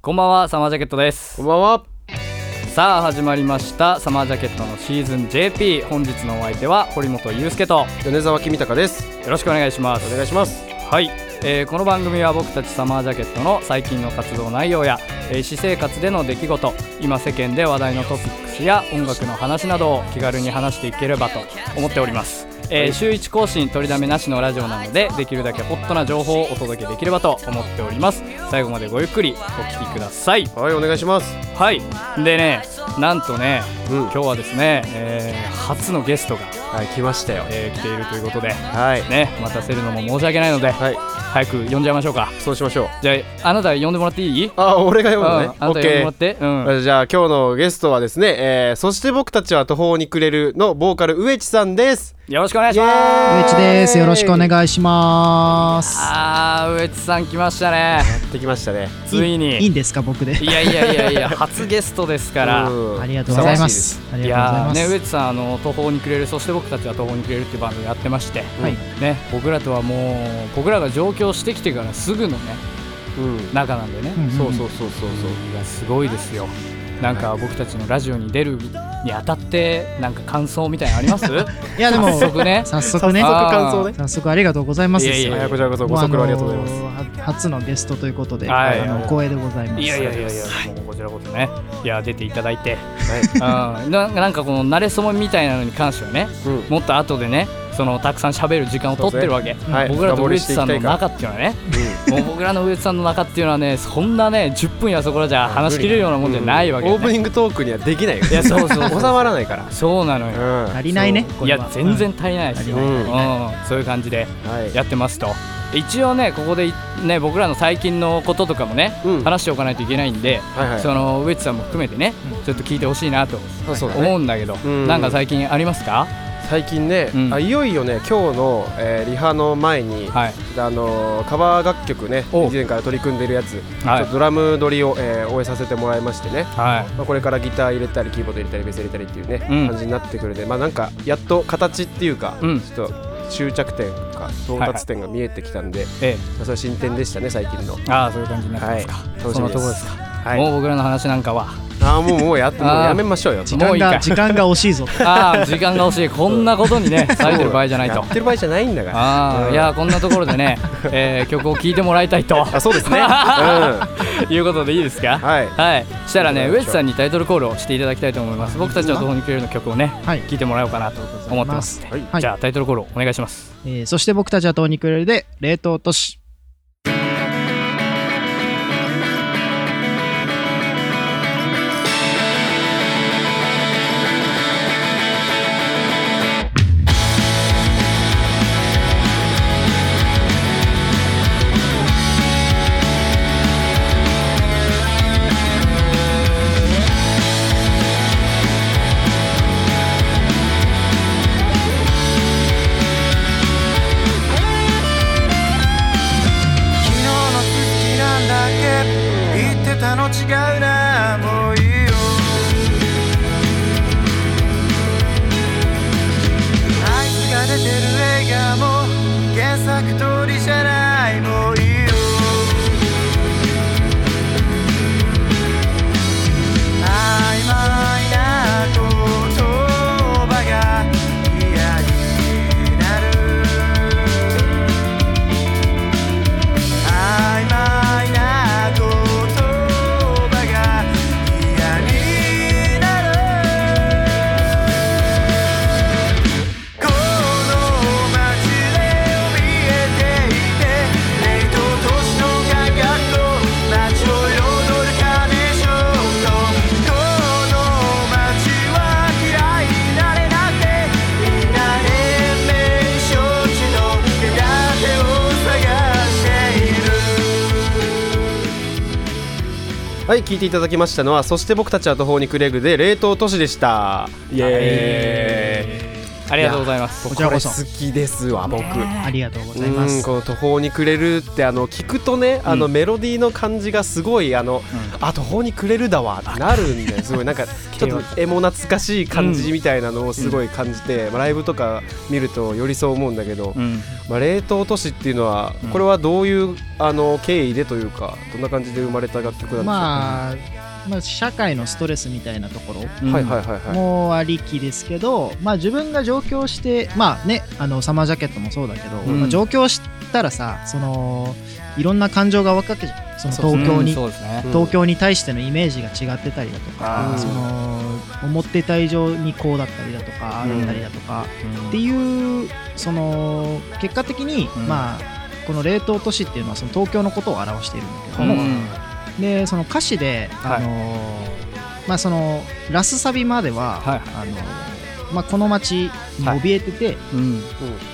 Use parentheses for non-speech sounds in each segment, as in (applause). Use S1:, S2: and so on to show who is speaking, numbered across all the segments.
S1: こんばんはサマージャケットです
S2: こんばんは。
S1: さあ始まりましたサマージャケットのシーズン JP 本日のお相手は堀本裕介とよ
S2: 米沢君高です。
S1: ろしくお願いします
S2: お願いします。
S1: はい、えーこの番組は僕たちサマージャケットの最近の活動内容や、えー私生活での出来事今世間で話題のトピックスや音楽の話などを気軽に話していければと思っております、えー週1更新取りだめなしのラジオなのでできるだけホットな情報をお届けできればと思っております最後までごゆっくりお聞きください
S2: はい、お願いします。
S1: はいでねなんとね
S2: うん。
S1: 今日はですね、えー初のゲストが、
S2: はい、来ましたよ。
S1: えー来ているということで
S2: はい。
S1: ね待たせるのも申し訳ないので、
S2: はい。
S1: 早く呼んじゃいましょうか
S2: そうしましょう。
S1: じゃああなた呼んでもらっていい
S2: あ、俺が読むのね。
S1: うんあなた呼んでもらっ
S2: OK
S1: て、うん
S2: じゃあ今日のゲストはですね、えー、そして僕たちは途方に暮れるのボーカル上地さんです。
S1: よろしくお願いし
S2: イエ
S1: ま
S2: ー
S1: す
S2: イ
S3: 上地です。よろしくお願いします。
S1: あー上地さん来ましたね
S2: できましたね。
S1: ついに
S3: いいんですか僕で
S1: い。やいやいやいや初ゲストですから
S2: うん
S3: ありがとうございま。す。ありがとう
S1: ー
S3: ござ
S1: ね
S3: いま
S1: 上
S3: す。
S1: 地さんあの途方に暮れるそして僕たちは途方に暮れるっていう番組やってまして、
S3: はい。
S1: ね僕らとはもう僕らが上京してきてからすぐのね
S2: うん。
S1: 仲なんでね、
S3: うん
S2: そうそうそうそう
S1: いやすごいですよなんか僕たちのラジオに出るにあたってなんか感想みたいなのあります
S3: いやでも
S1: 早速ね
S3: 早速ね。
S1: 早速
S2: 感想ね
S3: 早速ありがとうございます。
S1: いやい
S2: そう。
S1: や
S2: はい
S1: や
S2: い、こちらこそ
S3: も
S2: ご
S3: う
S2: 足労ありがとうございます。
S3: あのーは初のゲストということで、
S1: はい
S3: あの光栄でございます。
S1: いやいやいやいや、もうこちらこそね、いや出ていただいて、
S2: はい。
S1: うん、ななんかこの慣れそめみたいなのに関してはね、
S2: うん。
S1: もっと後でね、そのたくさん喋る時間を取ってるわけ。
S3: ね
S2: はい。
S1: 僕らと
S2: 深掘
S1: 上
S2: り
S1: 地
S2: してい
S1: さ
S2: き
S1: ん
S2: た
S1: の
S2: いから
S1: 中っていうのはね、もう僕らの上地さんの中っていうのはね、そんなね、10分やそこらじゃ話しきれるようなもんじゃないわけ、ね
S2: オープニングトークにはできないよ。い
S1: やそうそうそう
S2: (laughs) 収まらないから。
S1: そうなのよ。
S2: うん。
S3: 足りないね。
S1: い
S3: これ
S1: や
S3: は
S1: 全然。足りないですよ、う
S2: うんん
S1: そういう感じで
S2: はい。
S1: やってますと一応ねここでいね僕らの最近のこととかもね、
S2: うん
S1: 話しておかないといけないんで、
S2: はいはい。
S1: その上地さんも含めてね、
S3: うん
S1: ちょっと聞いてほしいなと
S2: あそうだね
S1: 思うんだけど、
S2: うん
S1: なんか最近ありますか、
S2: 最近ね、
S1: うん
S2: あいよいよね今日の、えーリハの前に、
S1: はい
S2: あのーカバー楽曲ね
S1: お
S2: 以前から取り組んでるやつ、
S1: はい
S2: ちょっとドラム撮りを、えー終えさせてもらいましてね、
S1: は
S2: まあ、これからギター入れたりキーボード入れたりベース入れたりっていうね、
S1: うん
S2: 感じになってくるんでまあなんかやっと形っていうか、
S1: うん
S2: ちょっと終着点か到達点が見えてきたんで、
S1: い、え
S2: まあそれは進展でしたね最近の。
S1: え、ああそういう感じになってま
S2: は
S1: す
S2: い、
S1: か、
S2: 楽しみです
S1: そのところですか、
S2: はい、
S1: もう僕らの話なんかは
S2: あーもうもうやっも
S1: (laughs)
S2: う
S1: あー
S2: やめましょうよ。
S3: 時
S1: もう
S3: 間
S1: いいか
S3: が
S1: い
S3: 時間が惜しいぞ。
S1: ああ時間が惜し
S2: (laughs)
S1: いこんなことにね
S2: そう
S1: 咲いてる場合じゃないと
S2: やってる場合じゃないんだから。
S1: ああ
S2: うん
S1: いやーこんなところでね、えー曲を聴いてもらいたい
S2: (laughs)
S1: と
S2: あそうです
S1: (laughs)
S2: ね。うん、は
S1: いうことでいいですか
S2: い。
S1: はい、したらね、
S2: どう
S1: ウエ
S2: でしょう
S1: スさんにタイトルコールをしていただきたいと思います。僕たちは途方に暮れるの曲をね、
S3: はい。
S1: 聞いてもらおうかなと思ってます。
S2: はい
S3: はい
S1: じゃあ、タイトルコールをお願いします。
S3: えーそして僕たちはトーニクレルで冷凍都市。
S4: 昨日の好きなんだっけ言ってたの違うなもういいよあいつが出てる映画も原作通りじゃないもういいよ曖昧な言葉が嫌になる曖昧な言葉が嫌になるこの街で怯えていて冷凍都市の価格と街を彩るカーネーションとこの街は嫌いになれなくてみんな連盟承知の手立てを探している
S2: はい、聞いていただきましたのは、そして僕たちは途方に暮れるで冷凍都市でした。イエーイ。
S1: ありがとうございます
S3: こちらこそ
S2: れ好きですわ僕
S3: ありがとうございま
S2: うん
S3: す。
S2: この途方に暮れるってあの聞くとね、あのメロディーの感じがすごいあの、あ途方に暮れるだわってなるんですごいなんかちょっとエモ懐かしい感じみたいなのをすごい感じて、まあライブとか見るとよりそう思うんだけど、
S1: うん
S2: まあ、冷凍都市っていうのは
S1: ん
S2: これはどういうあの経緯でというかどんな感じで生まれた楽曲なんでしょうか、
S3: まあ、まあ、社会のストレスみたいなところ
S1: うん
S2: はいはいはいはい
S3: もありきですけど、まあ自分が上京して、まあね、あのサマージャケットもそうだけど、
S1: うん
S3: まあ上京したらさ、そのいろんな感情が湧くわけじゃん。その東京に、
S1: うんそうですね
S2: うん
S3: 東京に対してのイメージが違ってたりだとか、
S2: うん
S3: その思ってた以上にこうだったりだとか、ああだったりだとか、っていうその結果的に、
S1: うん
S3: まあこの冷凍都市っていうのはその東京のことを表しているんだけ
S1: う
S3: ど
S1: ん
S3: も、でその歌詞で、
S1: はい
S3: あのーまあ、そのラスサビまでは、
S1: はい
S3: あのーまあ、この街に怯えてて、
S1: うん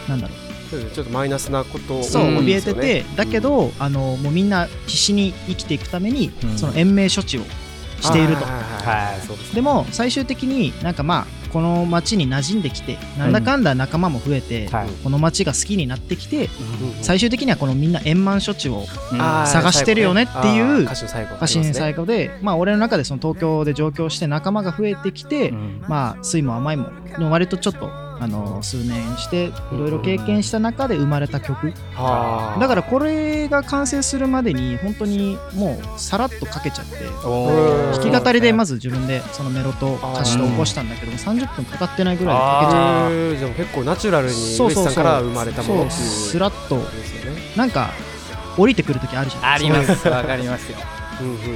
S3: なんだろ
S2: うんちょっとマイナスなことを
S3: うそう
S1: うん
S3: 怯えてて、だけど、あのーもうみんな必死に生きていくために、
S1: うん
S3: その延命処置をしていると。
S1: はいそうです
S3: でも最終的になんかまあこの街に馴染んできてなんだかんだ仲間も増えて、
S1: はい
S3: この街が好きになってきて
S2: うんうん
S3: 最終的にはこのみんな円満処置を
S1: うん
S2: あー
S3: 探してるよねってい
S2: 最後ねあー
S3: う
S2: 歌詞の最後
S3: 家臣最後で、まあ俺の中でその東京で上京して仲間が増えてきて、
S1: うん
S3: まあ酸いも甘いもの割とちょっとあの数年していろいろ経験した中で生まれた曲だ
S2: だ
S3: からこれが完成するまでに本当にもうさらっとかけちゃって
S1: おー
S3: 弾き語りでま
S1: ず
S3: ず自分でそのメロと歌詞と起こしたんだけども30分かかってないぐらいでかけちゃっ
S2: あーじゃあ結構ナチュラルに
S3: そ
S2: 上
S3: うそうそ
S2: 地
S3: う
S2: さんから生まれた
S3: て
S2: もの
S3: そ
S2: っていう
S3: うスラッと
S2: ですよね
S3: なんか降りてくる時あるじゃない
S1: ありますわかりますよ
S2: うんうんうんうん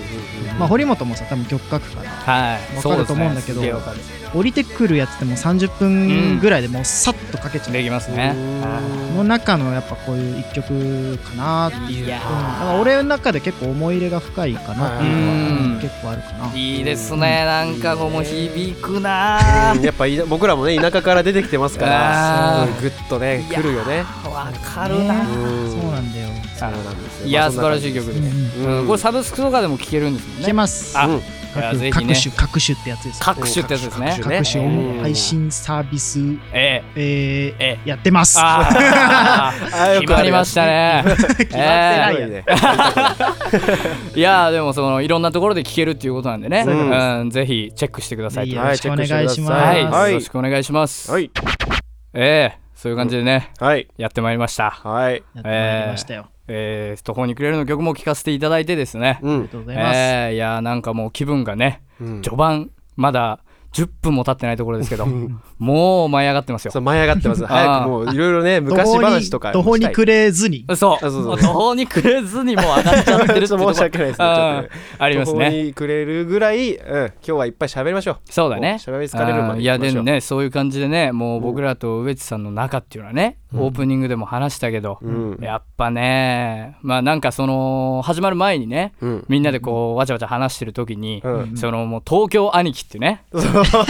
S3: まあ、堀本もさ多分曲書くから
S1: はい
S3: わかると思うんだけ
S1: そうですねす
S3: ど
S1: げえわかる
S3: 降りてくるやつってもう30分ぐらいでもうさっとかけちゃう、
S1: できますねは
S3: の中のやっぱこういう一曲かなっていう、うん、だから俺の中で結構思い入れが深いかなっていうの
S1: うん
S3: は結構あるかない
S1: いいですねなんかこうもう響くな
S2: う
S1: ー
S2: んやっぱいな僕らもね田舎から出てきてますから
S1: あー
S2: うんグッとね
S1: いや
S2: 来るよね
S1: わかるな
S3: ね
S2: うん
S3: そうなんだよ、
S2: そうなんですよ
S1: いや
S2: ま
S1: ー
S2: あ
S1: 素
S2: そ
S1: 晴
S2: んな
S1: ら
S2: 感
S1: しい
S2: じ
S1: 曲で
S3: うん
S1: す
S3: うん
S2: うん
S1: これサブスクとかでも聴けるんですもん
S3: い
S1: ね
S3: けます
S1: あ
S2: うん
S1: いや
S3: 各
S1: ぜひね
S3: 各種各種ってやつです
S1: 各種ってやつですね
S2: 各種
S3: 各種
S2: ね
S3: 音配信サービス、
S1: え
S3: えー
S1: え
S3: やってます
S1: あー
S2: あ
S3: (laughs)
S2: ーよ
S1: 決
S2: くあ
S1: ま
S2: る
S1: りましたね
S3: 決まってないやん、
S2: ね
S1: いやーでもそのいろんなところで聴けるっていうことなんでね
S2: そうです
S1: うんぜひチェックしてください
S3: い
S1: と
S3: い
S1: は
S3: よ
S2: は
S3: ろ
S2: い
S3: しくお願いします
S2: チェックしてくださ
S1: い
S2: はい
S1: よろしくお願いします
S2: はい
S1: ええそういう感じでね
S2: はい
S1: やってまいりました
S2: はい
S3: やってまいりましたよ、
S1: えー途方に暮れるの曲も聴かせていただいてですね
S2: う
S3: あり
S2: ん
S3: がとうございます、
S1: えーいやーなんかもう気分がね
S2: うん
S1: 序盤まだ10分も経ってないところですけ
S2: (laughs)
S1: どもう舞い上がってますよ
S2: そう舞い上がってます (laughs) 早くもういろいろね
S3: 途
S2: 昔
S3: 方に
S2: 話とか
S3: 途方に
S2: る
S3: 暮れずに
S1: そ
S2: そう
S1: う
S2: そう
S1: もう途方に暮れずにもう上がっちゃってるっていうとこ
S2: (laughs) ちょっと申し訳ないですね
S1: うん
S2: ちょっとね
S1: あります
S2: 途方
S1: ね
S2: にくれるぐらいうん今日はいっぱい喋りましょう
S1: そうだね
S2: 喋り疲れるま
S1: あー
S2: で
S1: いや
S2: 行きま
S1: で
S2: しょ
S1: も
S2: う
S1: ねそういう感じでねもう僕らと植地さんの仲っていうのはね、オープニングでも話したけど、
S2: うん
S1: やっぱねまあなんかその始まる前にね、
S2: うん
S1: みんなでこうわちゃわちゃ話してる時に、
S2: うん
S1: そのもう東京兄貴って
S2: (laughs)
S1: ね、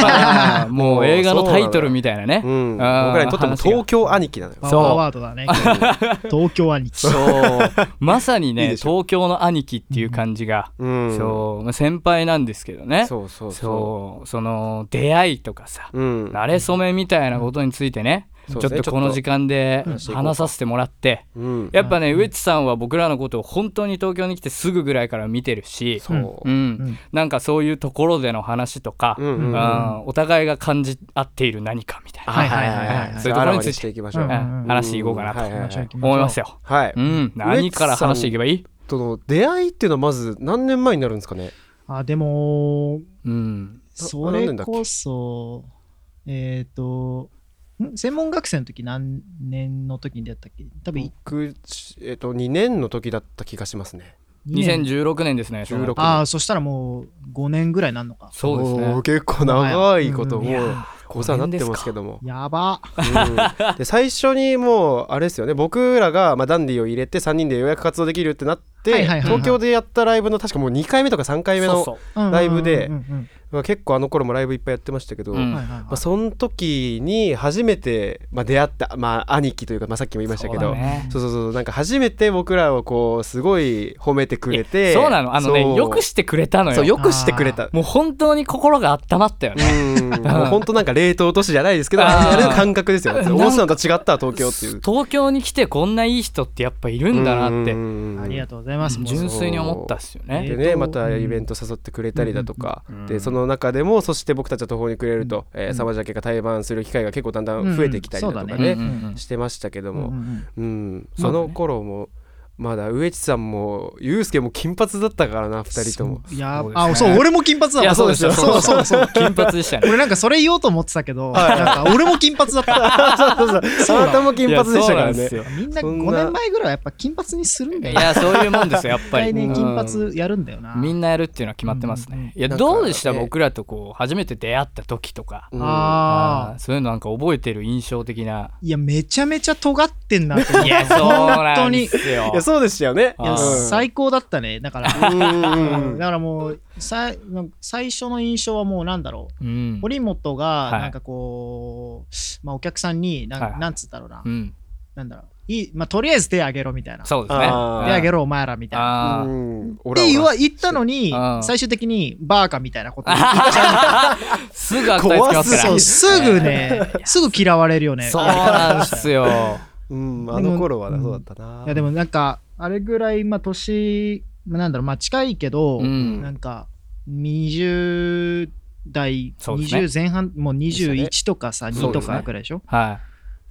S1: まあもう映画のタイトルみたいなね、
S2: うん僕
S1: あー
S2: らにとっても東京兄貴なのよ
S3: パ
S1: そう
S3: ワーワード
S1: (laughs)
S3: だね今日東
S2: (laughs)
S3: 京兄貴
S1: そうまさに
S2: いい
S1: ね
S2: でしょ
S1: 東京の兄貴っていう感じが、
S2: うん
S1: そうまあ先輩なんですけどね
S2: そうそうそ
S1: そうその出会いとかさ、
S2: ううん
S1: 慣れ初めみたいなことについてね、
S2: うん
S1: ちょっとこの時間で
S3: うん
S1: 話させてもらって、
S2: うん
S1: やっぱね、ウエッチさんは僕らのことを本当に東京に来てすぐぐらいから見てるし、
S2: そう
S1: うん
S3: うん
S1: なんかそういうところでの話とか、
S2: うんう
S1: うんんお互いが感じ合っている何かみたいな、
S3: はいはいはいはい
S1: はい
S2: そういうところについていきましょう
S3: うん
S1: うん話していこうかなと
S2: はいはいはい
S1: 思いますよ。
S2: はい
S1: うん、何から話していけばいい、
S2: との出会いっていうのはまず何年前になるんですかね
S3: あでも
S1: うん、
S3: それこそえっ、とん専門学生の時何年の時に出会ったっけ多分
S2: 僕、えっと、2年の時だった気がしますね。
S3: 2年
S1: 2016年ですね
S2: 16
S3: ああそしたらもう5年ぐらいなんのか
S1: そうです
S2: おー
S1: ね
S2: 結構長いこと、
S3: うん
S2: もう、お世話になってますけ
S1: ど
S2: ども。
S3: やば
S2: うんで最初にもう、あれですよね、僕らが、まあ、ダンディを入れて3人でようやく活動できるってなって、
S3: はいはいはいはい
S2: 東京でやったライブの確かもう2回目とか3回目の
S1: そう
S3: うんうんうんうん
S2: ライブで
S3: うんうん
S2: まあ結構あの頃もライブいっぱいやってましたけど、
S1: うん
S3: はいはいはい
S2: まあ、その時に初めて、まあ、出会った、まあ、兄貴というか、まあ、さっきも言いましたけ
S1: そ
S2: ど
S1: うだね
S2: そうそうそうなんか初めて僕らをこうすごい褒めてくれて
S1: そうなのあのね
S2: そう
S1: よくしてくれたの
S2: そう
S1: よ
S2: よくしてくれた
S1: もう本当に心が温まったよね
S2: うんもう本当なんか冷凍都市じゃないですけど
S1: あー
S2: あれの感覚ですよ大須さんと違った東京っていう
S1: 東京に来てこんないい人ってやっぱいるんだなって
S2: うん
S3: ありがとうございます。もう
S1: 純粋に思ったっすよね
S2: で
S3: えー
S2: ね
S3: と
S2: またイベント誘ってくれたりだとか、
S1: うん
S2: でその中でもそして僕たちは途方に暮れると、えー
S3: うん
S2: サマジャケが対バンする機会が結構だんだん増えてきたりだとかね,、
S3: うん
S1: うんうん
S2: してましたけど
S3: うん
S2: も、
S3: うん
S2: うんその頃もまだ上地さんもユうスケも金髪だったからな2人とも。
S3: いや
S1: そうですね
S3: あそう俺も金髪だ
S1: い
S3: わ
S1: やそうですよ
S3: そうそうそう
S1: 金髪でしたよね
S3: 俺なんかそれ言おうと思ってたけどなんか俺も金髪だった
S1: (laughs)
S2: そうそうそうあなたも金髪でしたから
S1: いやそうなんですよ
S2: ね。
S3: みんな
S2: そん
S3: 5
S2: な
S3: 年前ぐらいはやっぱ金髪にするんだ
S1: い
S3: よ
S1: やそういうもんですよやっ
S3: 一
S1: ぱり
S3: (laughs) 回ね
S1: うん
S3: 金髪やるんだよな
S1: みんなやるっていうのは決まってますね。いや
S2: なんか
S1: どうでした
S2: ね
S1: 僕らとこう初めて出会った時とか、
S2: うん
S1: あ
S3: あ
S1: ー
S3: あ
S1: そういうのなんか覚えてる印象的な。
S3: いやめちゃめちゃ尖ってんなって
S1: (laughs)
S3: 思っ
S1: い
S3: て
S1: やそうな
S3: 本当
S1: ん
S3: に
S1: で
S3: い
S1: すよ。
S2: いやそうでしたよね。
S1: あ
S3: や
S1: ー
S3: 最高だったねだから
S2: (laughs) うんうん
S3: う
S2: うん
S3: んだからもうさいなんか最初の印象はもうなんだろう
S1: うん
S3: 堀本
S1: は
S3: が
S1: い
S3: なんかこうまあお客さんになん
S1: はいはい
S3: なんつったろうな
S1: うん、
S3: なんだろういいまあとりあえず手あげろみたいな
S1: そうですね。
S2: あー
S3: 手あげ
S1: ろ。
S3: ろお前らみたいな
S1: あ
S2: う
S1: ー
S2: んオ
S3: っ
S2: ラ
S3: て
S2: オラ
S3: 言わ言ったのに
S1: うん
S3: 最終的にバーカみたいなこ
S1: (laughs)
S3: と言っちゃ
S1: すぐ悪態つきます
S3: う
S1: から
S3: そう。す
S1: (laughs)
S3: ぐねすぐ嫌われるよね
S1: そうなんですよ。
S2: うんあの頃はなそうだったな。
S3: いやでもなんかあれぐらいまあ年まあなんだろうまあ近いけど、
S1: (laughs) うん
S3: なんか20代、
S1: そうですね
S3: 20前半もう
S2: で
S3: 21とかさ、
S2: ね
S3: 2とかぐらいでしょ
S1: は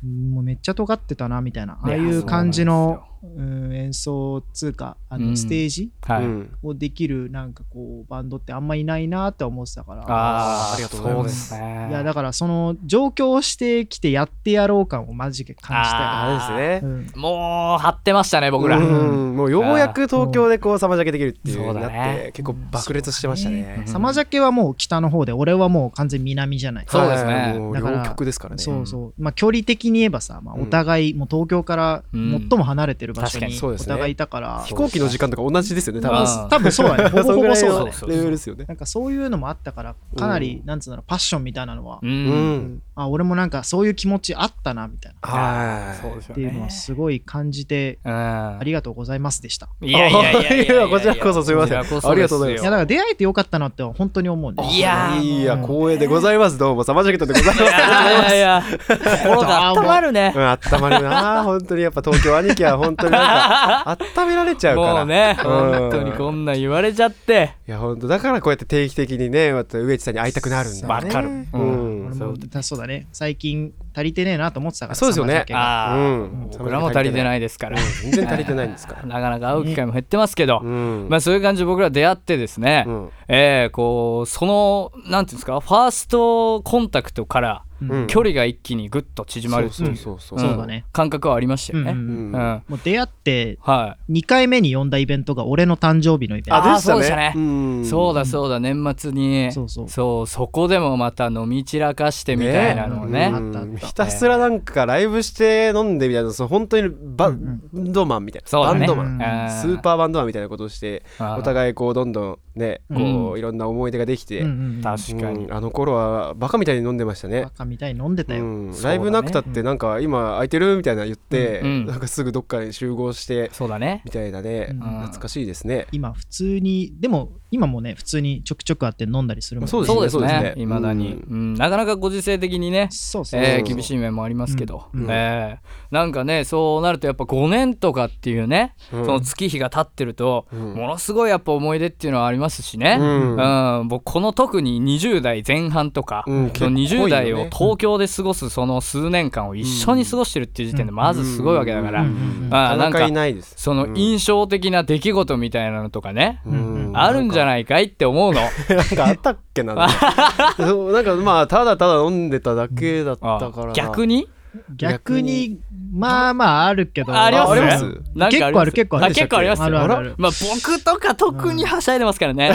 S3: もうめっちゃ尖ってたなみたいなああい
S1: いや
S3: う感じの
S1: そう
S3: うん演奏つうかあ
S1: うん
S3: のステージ
S1: いはい。
S2: うん
S3: をできるなんかこうバンドってあんまいないなって思ってたから
S1: あー
S2: ありがとうございます
S1: そうですね。
S3: いやだからその上京してきてやってやろう感をマジで感じた
S1: あ
S2: あれですね
S3: よ、。うん
S1: もう張ってましたね僕ら。
S2: うんもうようやく東京でこうサマジャケできるっていう
S1: そうだ
S2: な
S1: ね
S2: って結構爆裂してましたね。
S3: サマジャケはもう北の方で俺はもう完全南じゃない
S1: そうですね
S2: はいもう
S3: だから
S2: 両極ですからね。
S3: そうそう、まあ、距離的に言えばさ、まあ、お互い、もう東京から最も離れてる場所
S1: うん確かに
S3: に
S2: そう
S3: お
S2: ですね
S3: 互いいたから、
S2: 飛行機の時間とか同じですよね。多
S3: ま
S2: 分
S1: うん
S3: あ多分そうだね、ほ
S2: (laughs)
S3: ぼ
S2: そん
S3: ほ
S2: ぐ
S3: ぼ
S2: らい
S3: そうだ
S2: の
S3: ね。
S2: レベルですよね。
S3: なんかそういうのもあったから、かなり、
S2: う
S3: なんつうんだろう、パッションみたいなのは、
S1: う。
S2: うんん。
S3: あ、俺もなんかそういう気持ちあったな、みたいな、っ
S2: は
S1: そうですよ
S3: ていうの
S1: ね
S3: は。すごい感じて、
S1: うん。
S3: ありがとうございますでした。
S1: いやいやいやいやいやいや
S2: こちらこそすいません
S1: こちらこそですよ
S2: ありがとうございま
S3: い
S2: す
S3: や、だから出会えてよかったなって本当に思うね。
S1: い
S2: い。
S1: やー
S2: いや光栄でございます。どうもサマジャケットでございます。
S1: いやいや、心が温まるね
S2: (laughs) う。ん、温まるな本当にやっぱ東京兄貴は本当になんか温められちゃうから
S1: もうね、
S2: うん
S1: 本当にこんなん言われちゃって。
S2: いや本当だからこうやって定期的にねまた上地さんに会いたくなるんだ
S1: わ
S2: ね
S1: かる
S2: う
S3: 俺
S2: ん、そ
S3: も
S2: う
S3: だそうだね、最近足りてねえなと思ってたから、
S2: そうですよね
S3: サマジャケが
S1: ああ、
S2: うん
S1: 僕らも足りてないですから。
S2: 全然足りてないんですから
S1: (laughs) なかなか会う機会も減ってますけど、
S2: うん
S1: まあそういう感じで僕ら出会ってですね、
S2: うん
S1: えーこうそのなんていうんですかファーストコンタクトから
S2: うん
S1: 距離が一気にぐっと縮まるっていう,、
S2: そうそうそう
S3: そ
S2: そう
S3: だね
S1: 感覚はありましたよね。
S3: う
S1: うん
S3: うん
S1: ん
S3: うん
S2: うん
S1: は
S3: もう出会って
S1: い
S3: 2回目に呼んだイベントが俺の誕生日のイベント。
S1: あ
S2: あ
S1: そうでし
S2: でしたた
S1: ね
S2: ね
S1: そううだそうだ年末に
S3: そうそう
S1: そうそこでもまた飲み散らかしてみたいなのをね
S3: ね
S2: ん
S3: あったあった
S2: ひたすらなんかライブして飲んでみたいなその本当にバ
S3: うん
S2: ンドマンみたいな
S1: そうだ
S2: バ
S1: ね
S2: ンドマ
S3: う
S2: ン
S3: ん
S2: スーパーバンドマンみたいなことをして
S1: あー
S2: お互いこうどんどんねこ
S1: うん
S2: ういろんな思い出ができて
S3: うんうんうん
S1: 確かに
S2: うんあの頃はバカみたいに飲んでましたね
S3: バカみたいに飲んでたよ。
S2: うん、
S1: そうだね
S2: ライブなくたってなんか今空いてるみたいな言って、
S1: うんうん
S2: なんかすぐどっかに集合して
S1: そうだね
S2: みたいなね、
S3: うん
S2: 懐かしいですね、
S3: 今普通に、でも今もね、普通にちょくちょく会って飲んだりするもん
S2: そうですね
S1: そうです
S2: そう
S1: ね
S2: ですね
S1: いまだに、
S2: う
S1: うんなかなかご時世的にね
S3: そうそう
S1: えー
S2: そう
S1: 厳しい面もありますけど、
S3: うん
S2: うん
S1: えーなんかねそうなるとやっぱ5年とかっていうね、
S2: うん
S1: その月日が経ってると、
S2: うん
S1: ものすごいやっぱ思い出っていうのはありますしね、
S2: うん
S1: うん僕この特に20代前半とか、
S2: うん
S1: その
S2: 結構濃
S1: 20
S2: いよね
S1: 代を東京で過ごすその数年間を一緒に過ごしてるっていう時点でまずすごいわけだから、
S3: うん
S2: うん
S1: ああ
S2: な
S1: な
S2: かなか
S1: んか
S2: いないです
S1: その印象的な出来事みたいなのとかね、
S2: うん
S3: う
S1: あるんじゃないかいって思
S2: (laughs)
S1: うの。
S2: なんかあったっけな
S1: (laughs)
S2: そうなんかまあただただ飲んでただけだったからな
S1: あ逆に
S3: 逆にまあまああるけど
S1: あります
S2: あります
S1: なんか
S3: 結構ある結構ある
S1: 結構あります
S3: ある
S1: よ
S3: ある
S2: あ
S3: あ
S2: ら
S3: る
S1: まあ僕とか特にはしゃいでますからね、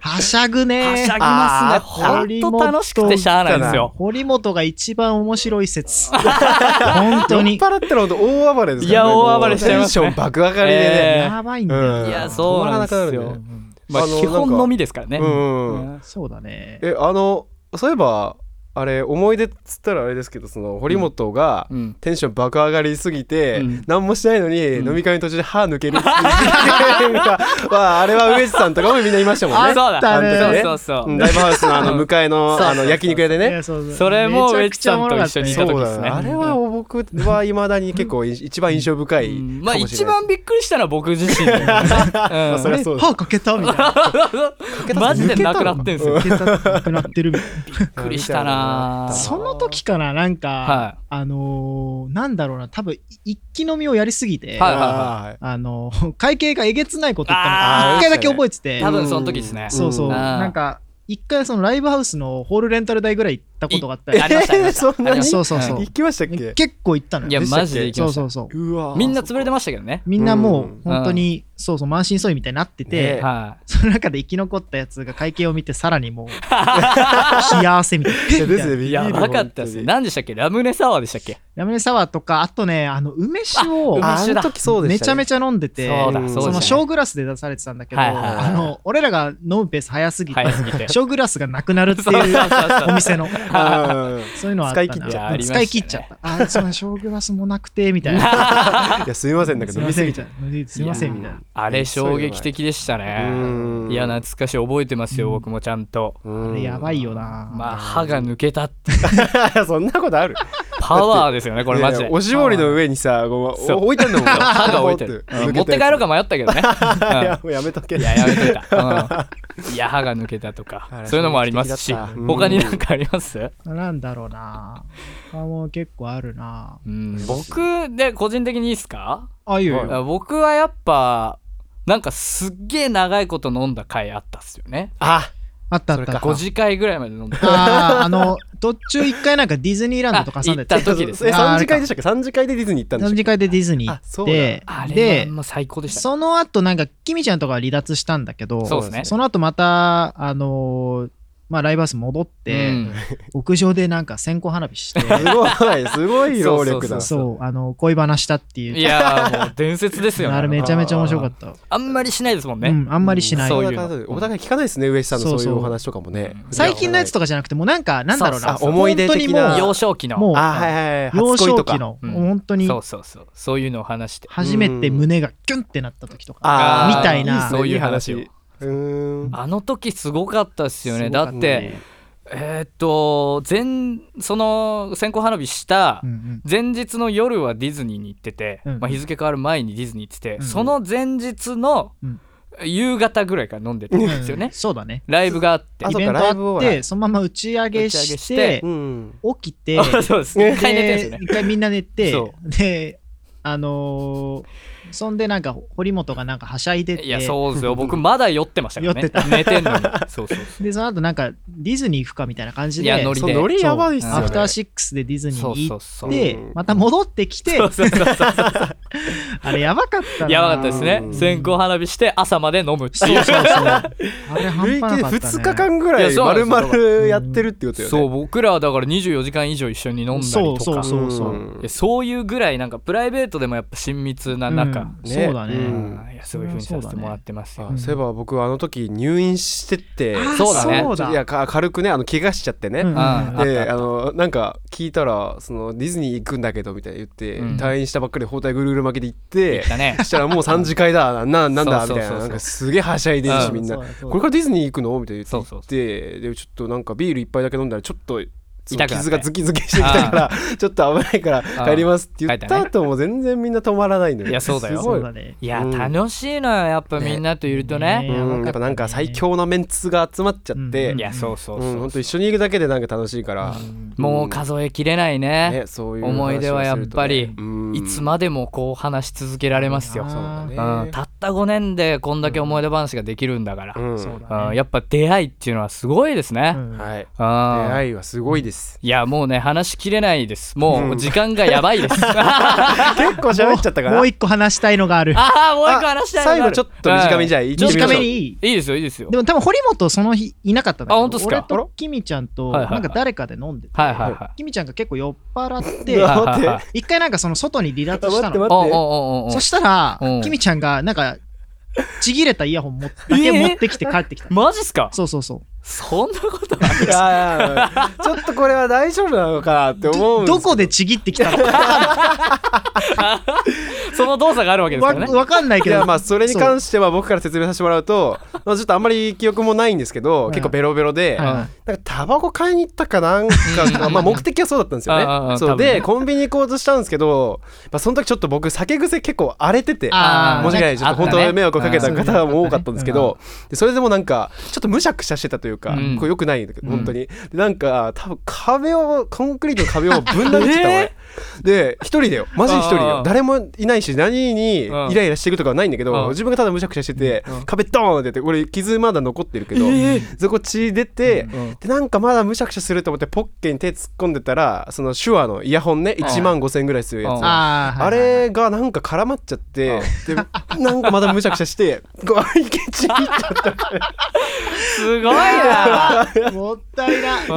S3: はしゃぐ
S1: はし
S3: ね
S1: ゃぎますね
S2: あー
S1: ほんと楽しくてしゃあないんですよ
S3: 堀本が一番面白
S1: (laughs)
S3: い説本当に
S2: 酔っ払ったら本当大暴れですからね
S1: いや
S2: もう
S1: 大暴れしちゃいますね
S2: テンション爆上がりで
S1: え
S2: ね、
S3: やばいんだよ、
S2: うん
S1: いやそうなんですよ
S2: 止まらなくなるね
S1: まあ、
S2: あの
S1: 基本のみですからね、
S2: うんうん
S1: うん
S3: そうだね
S2: えあのそういえばあれ思い出っつったらあれですけどその堀本が、
S1: うん
S2: テンション爆上がりすぎて、
S1: うん
S2: 何もしないのに、
S1: うん
S2: 飲み会の途中で歯抜けるっていう (laughs) 事件がまああれは上地さんとかもみんないましたもん
S1: あ
S2: ね。
S1: そう
S3: あったね
S1: だそうそうそう
S2: うんライブハウスのあの
S1: うん
S2: 向かいの
S1: そう
S2: あの焼肉屋で
S3: い
S2: ね。
S3: やそうそう
S1: それも
S3: めちゃくちゃおもろかった
S1: ウェッジさ
S2: そ
S1: んと一緒にいた時で
S2: うだ
S1: す
S2: よ
S1: ね
S2: ね。あれは僕はいまだに結構い一番印象深いかもしれない。
S1: まあ一番びっくりしたのは僕自身だ (laughs) よね
S2: まあそりゃそうだ
S3: 歯かけたみたいな。
S1: (laughs) マジでなくなってんすよ
S3: かけたなくなってるみた
S2: (laughs)
S3: い
S1: び
S3: な。
S1: っくりしたなぁ
S3: その時かな、なんか、
S1: は
S3: あのーなんだろうな、多分一気飲みをやりすぎて、
S1: はい
S2: あ
S3: あのー会計がえげつないこと言ったの
S1: あ
S2: ー
S3: 一回だけ覚えてて
S1: 多、分その時ですね
S2: ん
S3: そうそう、
S2: うん
S3: なんか、一回そのライブハウスのホールレンタル代ぐらい行ったことがあった
S1: い
S3: り
S1: ありましたありました
S2: そんな
S1: あり
S2: に
S1: ました
S3: そうそうそう
S2: ー行きましたっけ？
S3: 結構行ったのよ
S1: いや
S2: でしたっけ
S1: マジで行き
S3: そ
S1: ま
S3: う
S1: し
S3: そうそう。
S2: うわー
S1: みんな潰れてましたけどね
S3: みんなも
S2: うん
S3: う本当に、そうそう、満身創痍みたいになってて、
S2: ね
S1: は
S3: その中で生き残ったやつが会計を見て、さ
S1: (laughs)
S3: らにもう、冷や汗みたいな。
S2: そうですね
S1: い
S2: ビ
S1: い
S2: ビ
S1: や
S2: る
S1: ばかったですね何でしたっけラムネサワーでしたっけ
S3: ラムネサワーとか、あとね、あの、梅酒を
S1: あ
S2: あの時そうで
S3: め
S2: し
S3: ちゃ
S2: たね
S3: めちゃ飲んでて、
S1: そうだ
S2: うん
S1: そう
S3: そ
S1: で
S3: の
S1: し
S3: 小
S1: た
S3: グラスで出されてたんだけど、
S1: はいはい
S2: はい
S3: あの、俺らが飲むペース早すぎて、
S1: 早すぎて
S3: 小グラスがなくなるって
S1: そうそう
S3: い
S1: そうそ
S3: う
S1: う
S3: お店の、
S2: うん
S1: (laughs)
S3: そういうのはあった
S2: 使
S3: な
S2: い切っ
S1: ちゃった
S3: うん
S1: ありましたね
S3: 使い切っちゃった。あ、そうだ、小グラスもなくて、みたいな。
S2: いやすみませんだけど
S3: すいません、みた
S2: ゃ
S3: いな。すいません、みたいな。
S1: あれ衝撃的でした
S2: う
S1: ね
S2: ん
S1: いや懐かしい覚えてますよ
S3: うん
S1: 僕もちゃんと
S3: あれやばいよな。
S1: まあ歯が抜けたって
S2: い (laughs) そんなことある
S1: パワーですよねこれマジ
S2: いや
S1: で
S2: いやおしぼりの上にさごめん
S1: そう
S2: お置いてんのも
S1: (laughs)
S2: ん
S1: 歯が置いてるうん持って帰ろうか迷ったけどねうん
S2: (laughs) いやもうやめとけ
S1: いや、やめといた。うん、いや、歯が抜けたとか
S2: あ、れ
S1: そういうのもありますし、
S2: 衝撃的だったうん
S1: 他になんかあります、
S3: なんだろうな。あ、もう結構あるな。
S1: うん、僕で個人的にいいっすか
S3: あ、いいよいいよ。
S1: 僕はやっぱ、なんかすっげえ長いこと飲んだ回あったっすよね。
S2: あ
S3: あったあったあった。
S1: 5次回ぐらいまで飲んだ。
S3: あーあの、途中一回なんかディズニーランドとか挟んで
S1: あ
S3: て
S1: 行っ、た時です
S2: え
S3: ね
S2: 三次会でしたっけ三次会でディズニー行ったんで
S3: 3
S2: し
S3: 次会でディズニー行
S2: あそ
S3: っ
S2: うだ
S3: て
S1: あ、れ
S3: で
S1: は、もう最高でした。
S3: その後なんか、キミちゃんとかは離脱したんだけど、
S1: そうですね
S3: その後また、あのーまあ、ライブハウス戻っ
S1: う
S3: て、
S1: ん
S3: 屋上でなんか線香花火
S1: (laughs)
S3: して、
S2: たすごいすごい労力だ
S1: そ
S3: そう、あの、恋話したって
S1: い
S3: いう。
S1: やーもう伝説ですよ
S3: あれ
S1: ね。
S3: めちゃめちゃ面白かった。
S1: あんまりしないですもんね。
S3: うん、あんまりしない。
S1: そう
S2: お
S1: いう
S2: 互
S1: の
S2: お互い聞かないですね上地さんの
S3: そ
S2: そうういう
S3: そう
S2: お話とかもね
S3: 最近のやつとかじゃなくて、もうなんか、なんだろう
S1: そう
S3: な、
S1: そう
S2: あ思い出的な
S3: 本当にも
S1: 幼少期の。
S3: もう、
S2: あはいはいはいう
S3: 幼
S2: 初恋
S3: 少
S2: とか
S3: 期の、
S1: うん
S3: 本当に
S1: そうそうそう。そういうのを話して。
S3: 初めて胸がキュンってなった時とか、
S1: あ
S2: あ
S1: ー
S2: ー
S3: みたいな
S1: そういう話を
S2: うーん
S1: あの時すごかったっすよね。
S2: すご
S1: だ
S2: かった
S1: っ
S2: ね
S1: て、えーっと前その線香花火した
S3: うんうん
S1: 前日の夜はディズニーに行ってて、
S3: うん
S1: まあ、日付変わる前にディズニー行ってて、
S3: うん
S1: その前日の
S3: うん
S1: 夕方ぐらいから飲んでたんですよね、
S3: そうだね。
S1: ライブがあって
S2: あ
S3: イ
S2: そう
S3: ベン
S2: か
S3: ト
S2: ライブ
S3: あっ
S2: を
S3: て、そのまま打ち上げして、
S1: 打ち上げして
S2: うん
S3: 起きて、
S1: あ (laughs) そうです一回寝てるんですよ
S3: で
S1: ね
S3: 一回みんな寝て
S1: そ、
S3: で、あのーそんでなんか、堀本がなんかはしゃいでて、
S1: いやそうですよ僕まだ酔ってましたからね
S3: (laughs) 酔ってた
S1: 寝てんのに
S3: (laughs)
S1: そうそうそ
S3: で、その後なんか、ディズニー行くかみたいな感じ
S1: うい
S3: で、
S1: やノリ
S2: そ
S1: で
S2: うノリやばいっすよ
S3: ア
S2: ね
S3: フターシックスでディズニー
S1: そう
S3: に
S1: そ
S3: 行
S1: う
S3: っ
S1: そう
S3: て、
S2: うん
S3: また戻ってきて
S1: そ、うそうそうそうそう
S3: あれやばかったな。
S1: やばかったですね
S2: うん
S1: 線香花火して朝まで飲むって
S3: そう
S1: い
S3: そううそう。あれ半
S2: 累
S3: 端な
S2: 計
S3: かった、
S2: 2
S3: ね。
S2: 日間ぐら
S1: い
S2: い
S1: やそう
S2: ま
S1: なんです
S2: る
S1: よ
S2: まるやってるってことよね
S1: そう僕らはだから24時間以上一緒に飲んだりとか
S3: そうそうそう
S1: いやそういうぐらいなんかプライベートでもやっぱ親密な中、
S3: うん
S2: ね
S3: そうだね。
S2: うん
S1: いやそういうふうにさせてもらってますよ、
S2: あそういえば僕あの時入院してて
S3: あー
S1: そうだね
S3: そうだ
S2: いやか軽くねあの怪我しちゃってね、
S3: うん
S1: ああったあっ
S2: で
S1: た
S2: あのなんか聞いたらそのディズニー行くんだけどみたいな言って、
S1: うん
S2: 退院したばっかりで包帯ぐるぐる巻きで行って
S1: 行ったね
S2: そしたらもう3次会だなななんだ
S1: そ
S2: み
S1: うそうそうそう
S2: たいななんかすげえはしゃいでるし
S1: うん
S2: みんな
S3: そうだそうだ
S2: これからディズニー行くのみたいな言って
S1: そうそ
S2: 行
S1: う
S2: っ
S1: そ
S2: てでちょっとなんかビール一杯だけ飲んだらちょっと。そ
S1: 痛
S2: の
S1: くなって
S2: 傷がズキズキしてきたから (laughs) ちょっと危ないから帰りますって言った後も全然みんな止まらないのよ
S1: いやそうだよ
S2: す
S3: そ
S2: ご
S3: う
S2: い
S3: だね。
S1: いや、
S2: うん
S1: 楽しいのよやっぱみんなといるとね
S3: ね
S2: うん、やっぱなんか最強のメンツが集まっちゃって、
S3: う
S1: い
S3: ん
S1: やそうそう
S2: う、、
S1: そうん
S2: 本当一緒にいるだけでなんか楽しいから、
S1: もう数えきれないね
S2: ね、そういう話を
S1: 思い出はやっぱり、
S2: するとねうん
S1: いつまでもこう話し続けられますよ、
S3: あー
S2: そうだね、
S1: うん、たった5年でこんだけ思い出話ができるんだから、
S2: うん
S3: そうだ
S1: うん
S3: ね。
S1: やっぱ出会いっていうのはすごいですね、
S3: うん
S2: はい、
S1: あ
S2: 出
S1: ー
S2: 会いはすごいですです
S1: (laughs) いやもうね話しきれないですもう時間がやばいです、 (laughs)
S2: 結構喋っちゃったから
S3: もう一個話したいのがある。
S1: ああもう一個話したいのがある
S2: 最後ちょっと短めにじゃあ
S1: うん
S2: 行ってみましょう
S3: 短めにいい
S1: いいですよいいですよ
S3: でも多分堀本その日いなかったんだけど
S1: あ本当っすか
S3: 俺
S2: あら
S3: とキミちゃんと
S1: はいはいは
S3: ないんか誰かで飲んでて、
S1: はいはいはい
S3: キミちゃんが結構酔っ払っ
S1: (laughs)
S2: う
S3: て
S2: わ
S1: はいはいはい
S3: 一回なんかその外に離脱し
S2: 待
S3: た
S2: って
S3: の
S2: 待
S1: おうおうおうおう
S3: そしたら
S1: うん
S3: キミちゃんがなんかちぎれたイヤホン持っ
S1: え
S3: だけ
S1: ー
S3: 持ってきて帰っ
S1: (laughs)
S3: てきた、
S1: マジっすか
S3: そうそうそう
S1: そんなことない
S2: いやちょっとこれは大丈夫なのかなって思うん
S3: ど
S2: です
S3: どこでちぎってきたのか
S1: その動作があるわけです
S3: わ (laughs)
S1: からね
S3: わかんない
S2: い
S3: けど
S2: やまあそれに関しては僕から説明させてもらうとまあちょっとあんまり記憶もないんですけど
S3: い
S2: 結構ベロベロで
S3: はい
S2: なんかタバコ買いに行ったかなんか
S1: うんうん
S2: まあ目的はそうだったんです
S1: あ
S2: よ
S1: ああ
S2: ねそ
S1: 多
S2: う
S1: 分ね
S2: でコンビニ行こうとしたんですけどまあその時ちょっと僕酒癖結構荒れてて
S3: あー
S2: 申し訳ないちょっと本当
S1: あった
S2: に
S1: ね
S2: 迷惑をかけた方も多かったんですけ
S3: うん
S2: どでそれでもなんかちょっとむしゃくしゃしてたというか
S1: うん
S2: こう良くないんだけど
S1: うん
S2: 本当にでなんか多分壁をコンクリートの壁をぶん殴ってきた
S1: え
S2: 俺で一人だよマジ一人だ
S1: ああ
S2: よ誰もいないし何にイライラしていくとかはないんだけど
S1: うん
S2: 自分がただむしゃくしゃしてて、
S1: うん
S2: 壁ドーンってやって俺傷まだ残ってるけど、そこ血出て、
S1: うん
S2: でなんかまだむしゃくしゃすると思ってポッケに手突っ込んでたらその手話のイヤホンね
S1: ん
S2: 1万5000円ぐらいするやつ、
S1: うん
S2: あ
S3: あーはいはいはい
S2: れがなんか絡まっちゃって、でなんかまだむしゃくし
S1: (laughs)
S2: ゃしてこういけちぎっちゃった
S1: すごいな
S3: (laughs) もったいない
S2: いやこ
S1: マ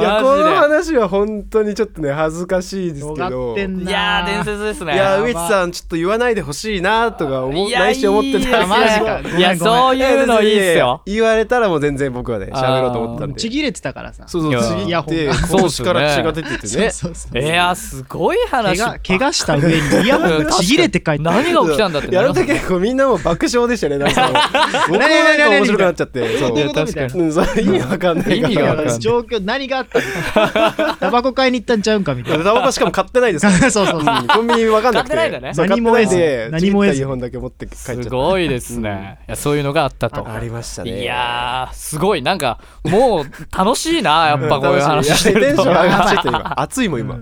S1: ジで
S2: の話は本当にちょっとね恥ずかしいですけ
S3: 尖
S2: ど
S3: ってん
S2: い
S1: いやー伝
S3: な
S1: 説ですね
S2: や上地さんちょっと言わないでほしいなとか思う
S1: いや
S2: 内心思ってたんですけ
S1: い
S2: ど
S1: やマジ
S3: かごめんごめん
S1: いやそういうのいいっすよ
S2: 言われたらもう全然僕はね喋ろうと思ってたんで
S3: ちぎれてたからさ
S2: そう
S1: い
S2: そう
S1: や
S2: ちぎ
S3: イヤ
S2: っ
S3: ホン
S2: て
S3: が
S1: そうっ
S2: 腰
S1: すよね
S2: から血が出ててね
S3: そうそうそう
S1: いやすごい
S3: 怪
S1: 話
S3: 我怪我した上にイヤホンがちぎれて帰って
S1: 何が起きたんだって
S2: や
S1: なります
S2: ると
S1: よね
S2: 結構みんなも爆笑でしたねな
S1: (laughs)
S2: んか僕もなんか面白くなっちゃってそう
S3: どういうことみ
S1: い
S3: た
S1: や
S3: い
S1: 確か
S3: な
S2: うんそう意味わかんない
S1: 意味がわかんない
S3: 状況何があっ
S1: (laughs)
S3: たのタバコ買いに行ったんちゃうんかみたい
S2: タバコしかも買ってないですか
S3: なそうそうそう
S2: らうんコンビニわかんなくて
S1: 買ってないんだね
S2: そう買
S3: 何も
S2: ってないで
S3: 何も
S2: ちぎった
S3: 得ず
S2: イヤホンだけ持って帰っちゃっ
S1: す
S2: た
S1: ごいですねいやそういうのがあったと
S2: ありましたね
S1: いやーすごいなんかもう楽しいなやっぱこういう
S2: 楽し
S1: 話して
S2: いやテン
S1: る
S2: シ
S1: と
S2: ョン上がっちゃっ
S1: (laughs)
S2: て今熱いもん今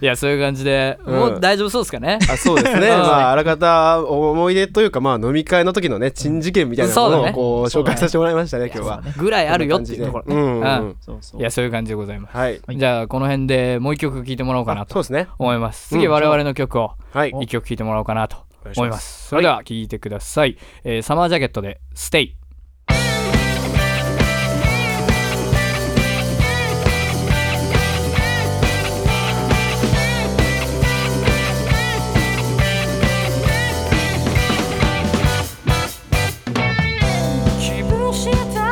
S1: いやそういう感じで
S2: うん
S1: もう大丈夫そうですかね
S2: あそうですねまああらかた思い出というかまあ飲み会の時のね珍事件みたいなも
S1: そう
S2: の
S1: だね
S2: をこう紹介させてもらいましたね今日は
S1: ぐらいあるよっていうところ
S2: こんな感じでうんうんうん
S3: そうそう
S1: いやそういう感じでございます
S2: はい
S3: はい
S1: じゃあこの辺でもう一曲聴いてもらおうかな
S2: あ
S1: と
S2: そうですね
S1: 思います
S2: うん
S1: 次我々の曲を
S2: はい
S1: 一曲聴いてもらおうかなと思
S2: お願い
S1: い
S2: し
S1: ま
S2: ます
S1: それでは聴いてくださいえーサマージャケットで「ステイ
S4: 気分次第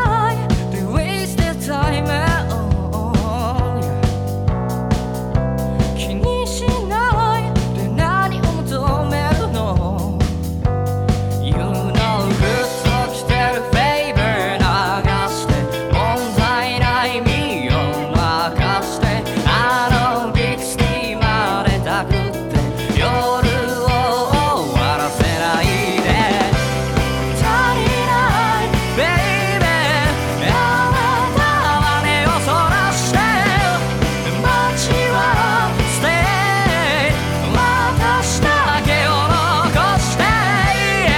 S4: で wasted time at all 気にしないで何を求めるの You know グッときてる Favor 流して問題ない身を任してあのビクスにまでたくって夜を終わらせないで足りない Baby あなたは目をそらして街は Stay 私だけを残して Yeah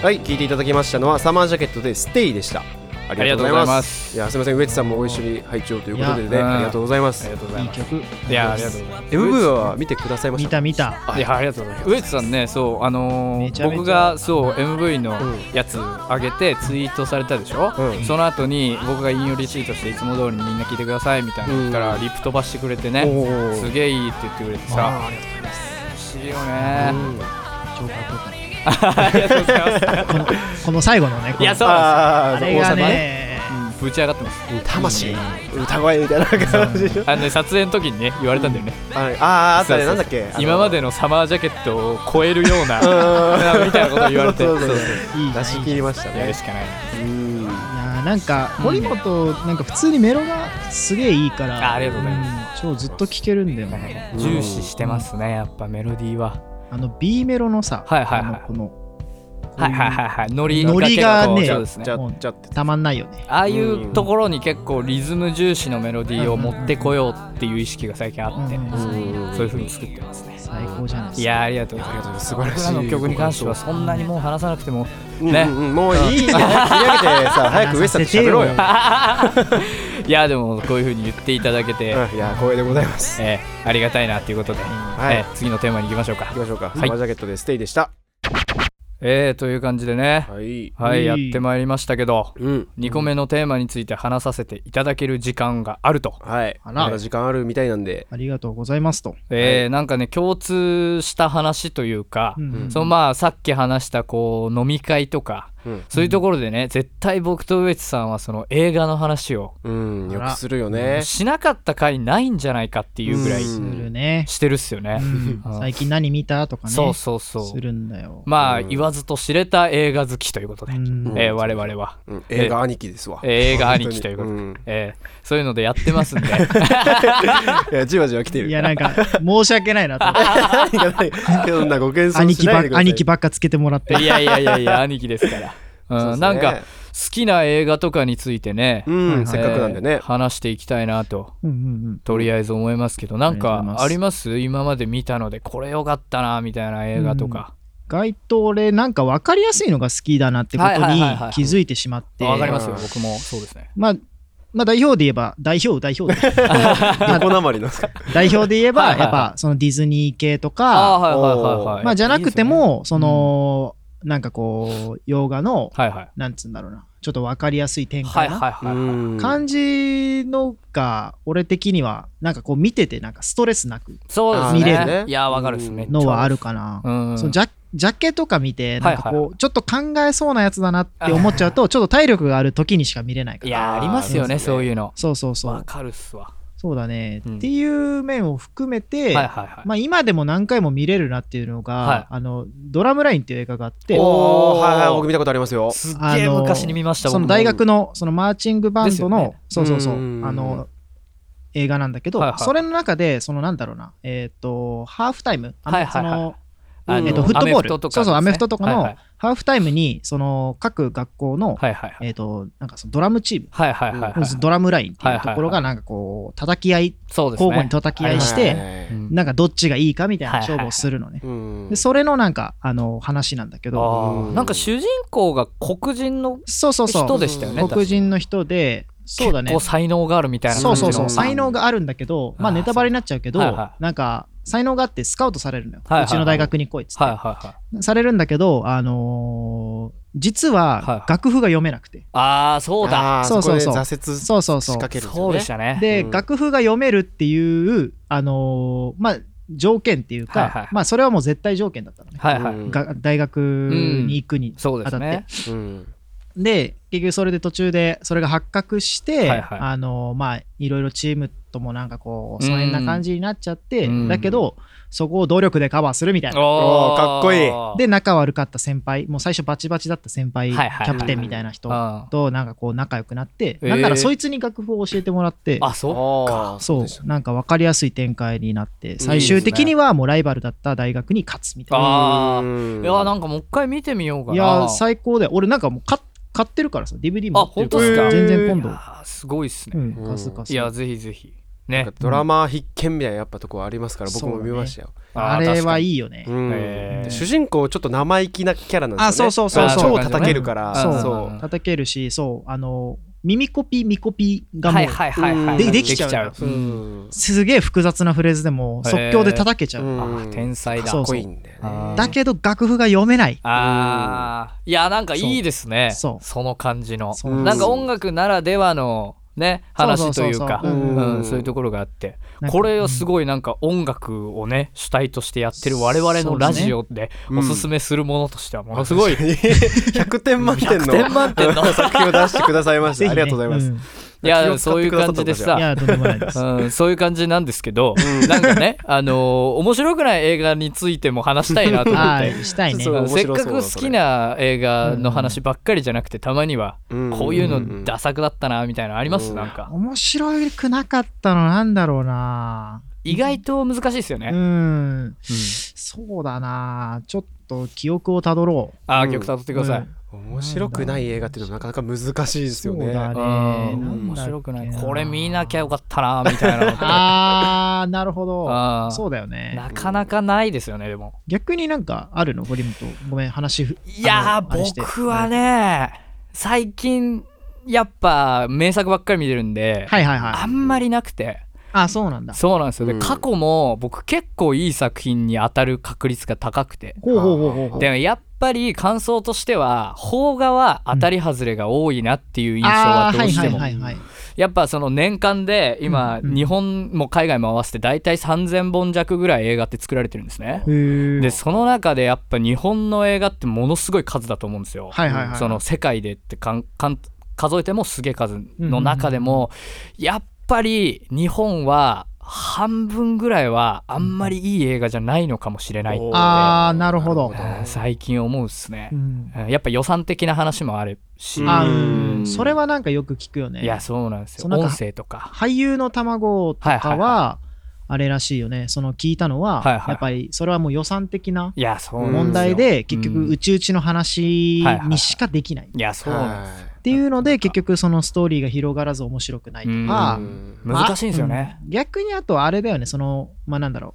S4: Yeah
S2: はい聞いていただきましたのはサマージャケットでステイでしたあ
S1: あり
S2: りがとうござい
S1: がとうございま
S2: ますい
S1: す
S2: やすみません上地さんもご一緒に拝聴ということで
S3: い
S2: ね
S1: や
S2: ありがとうございま」す
S1: ありがとうござい
S3: いい
S1: ます
S3: 曲
S1: いやありがとうございます
S2: MV は見てくださいまし
S3: 見
S2: た
S3: た見た
S1: いやありがとうございます上地さんねそうあの
S3: めち
S1: ー、
S3: ゃめちゃ
S1: 僕がそう MV のやつ上げてツイートされたでしょ、
S2: うん
S1: その後に僕が引用リツイートしていつも通りにみんな聞いてくださいみたいなの言ったら
S2: うん
S1: リプ飛ばしてくれて
S2: お
S1: ね
S2: ー
S1: すげえいいって言ってくれてさ
S3: あありがとうございます
S1: 嬉しいよね
S2: うん
S3: 超かっこよかっ
S1: (laughs) ありがとうござい
S2: (laughs)
S1: ます
S3: たこのこの最後のねこ
S1: い
S3: の
S1: やそうなんで
S2: あ
S3: あ
S2: ー
S3: れ
S2: 王
S3: が
S2: 様
S3: ね
S1: すぶち上がってます
S2: 魂歌声みたいな感じでしょ
S1: あのね撮影の時にね言われたんだよね、
S2: ああーあった
S1: そうそうそ
S2: ね
S1: う
S2: なんだっけあの
S1: 今までのサマージャケットを超えるような
S2: う
S1: (laughs)
S2: ん
S1: みたいなこと言われて
S2: そうそうそう
S3: いいな
S2: 出
S3: い
S2: し
S3: い
S2: 切りました
S1: やる
S2: ね
S1: しかないな
S2: うん
S3: やなんか堀本なんか普通にメロがすげえいいか
S1: あ
S3: ら
S1: ありがとうござい
S3: ます超ずっと聴けるんだよ
S1: (laughs)
S3: ね
S2: うん
S1: 重視してますねやっぱメロディーは
S3: あの B メロのさ
S1: はいはいはい
S3: あのこの
S1: はいはいはいはいノリ
S3: ノリがね
S1: 結構そう
S2: う
S1: で
S2: ん
S1: す
S2: じ
S1: ね
S2: ゃあじゃあって
S3: たまんないよね
S1: ああいうところに結構リズム重視のメロディーを持ってこようっていう意識が最近あって、
S3: うん
S1: そういう風に作ってますね
S3: 最高じゃないですか
S1: いやーありがとうござい
S2: ありがとう
S1: ます
S2: ございます素晴らしい
S1: 僕らの曲に関してはそんなにもう話さなくても
S2: うん
S1: ね、
S2: うんもういいよ切り上げてさ早くウエストと喋ろうよ
S3: 話
S1: (laughs) いやでもこういう風に言っていただけて、
S2: うんいや光栄でございます
S1: えーありがたいなということで、
S2: い
S1: えー次のテーマに行きましょうか
S2: 行きましょうか
S1: い
S2: サマージャケットでステイでした
S1: えーという感じでね
S2: はい
S1: はい、やっ
S3: いい
S1: てまいりましたけど
S2: うん
S1: 2個目のテーマについて話させていただける時間があると、
S2: はい
S3: あら
S2: まだ時間あるみたいなんで
S3: ありがとうございますと、
S1: えーなんかね共通した話というか、
S3: うん
S1: そのまあさっき話したこう飲み会とか、
S2: うん
S1: そういうところでね絶対僕と上地さんはその映画の話を
S2: うんよ
S3: あら
S2: くするよね
S1: しなかった回ないんじゃないかっていうぐらい
S2: うん
S3: するね、
S1: してるっすよね
S3: う。ん
S1: うん
S3: 最近何見たとかね
S1: そうそうそ
S3: す
S1: う。
S3: るんだよ、
S1: まあ
S2: うん
S1: 言わずと知れた映画好きということで、
S3: うん
S1: えー我々は、
S2: うん映画兄貴ですわ
S1: えー映画兄貴ということで、
S2: 本当にうん
S1: えーそういうのでやってますんで
S2: いやじわじわ来てる
S3: いやな
S1: (laughs)
S3: んか申し訳ないなと思っ
S2: 兄
S3: て
S2: 貴そんなご謙遜
S3: 兄貴
S2: し
S3: ば
S2: な
S3: っ
S2: いでください
S3: 兄貴ばっかつけてもらって
S1: いやいやいやいや兄貴です
S2: (laughs)
S1: から。うん
S2: そうですね
S1: なんか好きな映画とかについてね、
S2: う
S3: は
S2: ん
S3: い
S2: せっかくなんで
S1: え
S2: ね
S1: ー話していきたいなと
S3: うんうん
S1: とりあえず思いますけど、なん
S3: ありがとうござい
S1: か
S3: ます
S1: あります今まで見たのでこれ良かったなみたいな映画とか、
S3: 外と俺なんか分かりやすいのが好きだなってことに
S1: はいはいはいはい
S3: 気づいてしまって
S1: あわかりますよ
S2: うん
S1: 僕もそうですね
S3: まあまあ代表で言えば代表代表
S2: どこなまりなんですか
S1: (laughs)
S3: 代表で言えば
S1: はいはいは
S3: や
S1: い
S3: っぱそのディズニー系と
S1: あ
S3: か
S1: はいはいはいはい
S3: まあじゃなくて
S1: いい
S3: もそのなんかこう洋画の
S1: ですよねはいはい
S3: なんつうんだろうなちょっと分かりやすい展
S1: はい
S3: 開
S1: はい
S3: な
S1: はいはい
S3: 感じのが俺的にはなんかこう見ててなんかストレスなく
S1: そうですね
S3: 見れる
S2: ね
S1: いやわかるですね
S3: のはあるかな
S1: うん
S3: そのジャジャケとか見てなんか
S1: はいはい
S3: こうちょっと考えそうなやつだなって思っちゃうとちょっと体力がある時にしか見れないか
S1: い
S3: ら
S1: やありますよね
S2: あー
S1: そういうの
S3: そうそうそ
S1: わ
S3: う
S1: かるっすわ
S3: そうだね、
S1: うん
S3: っていう面を含め
S1: は
S3: て、
S1: いはいはい
S3: まあ、今でも何回も見れるなっていうのが、
S1: はい
S3: あのドラムラインっていう映画があって
S2: お
S1: お
S2: お
S1: ー
S2: はいはい僕見たことありますよ
S1: すっ
S3: あ
S1: げえ
S3: の
S1: 昔に見ました
S3: その
S1: 僕も
S3: 大学のそのマーチングバンドの、
S2: すよ
S3: そ
S2: ね
S3: うそうそう
S2: うん
S3: あの映画なんだけど、
S1: はいはい
S3: それの中でそのなんだろうなえっ、とハーフタイムあ
S1: はい
S3: の
S1: は
S3: そ
S1: いはい
S3: の
S1: あの
S3: えっとフットボー
S1: ア
S3: ル
S1: メフトとかですね
S3: そうそうアメフトとかの
S1: はい
S3: ハーフタイムにその各学校の、
S1: はいはいはい
S3: えっ、となんかそのドラムチーム、
S1: はいはいはいはい
S3: ドラムラインっていうところがなんかこう叩き合い
S1: そうですね
S3: 交互に叩き合いして、
S1: うん
S3: なんかどっちがいいかみたいな
S1: はいはいはい
S3: 勝負をするのね。
S2: うん
S3: でそれのなんかあの話なんだけど
S1: あーなんか主人公が黒人の
S3: そうそうそ
S1: 人
S3: う
S1: でしたよね
S3: 黒人の人でそうだね
S1: 結構才能があるみたいな感
S3: そう
S1: じの
S3: そうそううん才能があるんだけどま
S1: あ
S3: あ
S1: ー
S3: ネタバレになっちゃうけど
S1: そうはいは
S3: なんか才能があってスカウトされるのよ
S1: はいはいう
S3: ちの大学に来いっつ
S1: はい
S3: っ
S1: はいはい
S3: てされるんだけどあのー実
S1: はい
S3: は楽譜が読めなくて
S1: ああそうだ
S2: あー
S3: そうそうそう
S2: こで挫折
S3: そうそう
S2: 仕
S3: そう
S2: 掛けるんです
S1: そ
S2: よ
S1: う
S2: ね
S1: でしたね
S3: で
S2: うん
S3: 楽譜が読めるっていうあのーまあ条件っていう
S1: はいはいはい
S3: かまあそれはもう絶対条件だったのね
S1: はいはい
S2: うん
S3: が大学に行くに
S1: そうです
S3: 当たっ
S1: ね
S2: うん
S3: で結局それで途中でそれが発覚して、
S1: はいはい
S3: あのまあいろいろチームともなんかこう疎遠な感じになっちゃって、
S1: うん
S3: だけどそこを努力でカバーするみたいな。
S1: お
S2: おーかっこいい
S3: で仲悪かった先輩もう最初バチバチだった先輩、
S1: はいはい
S3: キャプテンみたいな人
S1: あ
S3: となんかこう仲良くなって、
S1: えー
S3: だからそいつに楽譜を教えてもらって
S1: あそ
S2: あー
S3: そう
S2: でした
S3: なんか分かりやすい展開になって最終的にはもうライバルだった大学に勝つみたいな。
S1: あー
S2: うん
S1: いやなんかもう一回見てみようかない
S3: や最高だよ俺なんかもう買っ買ってるからさ DVD も持って
S1: あ本当っ
S3: る
S1: す
S3: か
S1: から
S3: 全然今
S1: い
S3: 度
S1: やーすごいっす
S3: う
S1: ね
S3: ん、カスカス。
S1: いやぜひぜひ
S2: なん
S1: ね
S2: かドラマ必見みたいなやっぱとこありますから僕
S3: そ
S2: も
S3: うだ
S2: 見
S3: ね
S2: ましたよ
S3: あれはい
S1: い
S3: いよね。
S2: うん
S1: へー
S2: で主人公ちょっと生意気なキャラなんですよね
S3: あそうそうそう
S1: そう
S2: 超叩けるから
S1: そう
S2: そう
S1: うん
S3: 叩けるし、そう、あの、耳コピー、ミコピーが
S1: はい
S3: も、
S1: うはいはいはい
S3: でできちゃう
S1: うん
S2: ん
S3: すげえ複雑なフレーズでも
S1: へー
S3: 即興で叩けちゃ
S2: う
S3: う。
S1: あー天才だ
S3: そ
S2: か
S3: う
S2: っこいいんだよね
S1: あー
S3: だけど楽譜が読めない。
S1: あーいやなんかいいですね
S3: そう
S1: その感じの
S3: そう
S1: なんか音楽ならではのね話というか
S3: そうそうそう
S2: そ
S1: う
S2: う
S1: ん
S2: うん
S1: そういうところがあって
S3: なんか
S1: これをすごいなんか音楽をね主体としてやってる我々のラジオで
S2: うん
S1: おすすめするものとしてはものす (laughs)
S3: (laughs)
S1: ごい
S2: 100点満点の
S1: 100満点の
S2: 作品を出してくださいまし
S3: ぜ
S2: た
S3: ひ
S2: あ
S3: ね
S2: りがとうございま
S3: ん
S2: す
S1: いやそういう感じで
S3: い
S1: さ
S3: や、とんでもないです。
S1: うん、そういう感じなんですけど、なんかね、 (laughs) あのー面白くない映画についても話したいなと
S3: (laughs)
S1: 思っ
S3: は
S1: て
S2: (laughs)
S3: い、したいね
S2: そ。う
S1: うんせっ
S2: 面白
S1: か
S2: そ
S1: く
S2: うだ
S1: 好きな映画の話ばっかりじゃなくてたまには
S2: うん
S1: こういう
S2: うん
S1: の
S2: うん
S1: ダ作だったなみたいなのあります
S2: うん
S1: なんか
S3: 面白くなかったのなんだろうな
S1: 意外と難しいですよね、
S3: うん。そうだなちょっと記憶をたどろう。
S1: ああ
S2: うん
S1: 曲たどってください、
S2: 面白くない映画っていうのはなかなか難しいですよ
S3: そうだ
S1: うん
S2: ね。
S3: ね。なんだっけ
S1: 面白くないこれ見なきゃよかったなみたいなのって
S3: あー、なるほど。
S1: あー
S3: そうだよね
S1: な。かなかないですよねでも
S3: 逆になんかあるの堀本。ごめん、話ふ。
S1: いや
S3: あのあれ
S1: ー
S3: して
S1: 僕は。ね最近やっぱ名作ばっかり見てるんで、
S3: はいはいは
S1: あ
S3: い。
S1: んまりなくて
S3: あ、そうなんだ。
S1: そうなんですよで、
S2: うん
S1: 過去も僕結構いい作品に当たる確率が高くて
S3: ほうほうほうほうほう。
S1: でもやっぱり感想としては邦画は当たり外れが多いなっていう印象は
S3: あー
S1: どうしても
S3: はいはいはいはい。
S1: やっぱその年間で今
S3: うんうん
S1: 日本も海外も合わせて大体3,000本弱ぐらい映画って作られてるんですね。
S3: へ
S1: で
S3: え。
S1: その中でやっぱ日本の映画ってものすごい数だと思うんですよ。
S3: はいはいはい
S1: その世界でってかんかん数えてもすげえ数の中でも、やっぱり日本は半分ぐらいはあんまりいい映画じゃないのかもしれないって
S3: あー、なるほど。
S1: うん最近思うっすね
S3: う。ん
S1: うんやっぱ予算的な話もあるし、
S2: うん
S3: あ
S2: うん
S3: うんそれはなんかよく聞くよね。
S1: いやそうなんですよ
S3: そのなん
S1: 音
S3: か
S1: 声とか。
S3: 俳優の卵とかは,、
S1: はいはい
S3: あれらしいよねその聞いたのは、
S1: はいはい
S3: やっぱりそれはもう予算的ない
S1: やそうなんですよ
S3: 問題で結局
S1: うん
S3: うちうちの話
S1: はいはい
S3: にしかできないっ
S1: いやそうなんです
S2: は
S3: ていうので結局そのストーリーが広がらず面白くないとか
S1: う
S2: い、
S3: まあ
S1: 難しいんですよね。
S3: うん逆にあとあれだよねそのまあなんだろ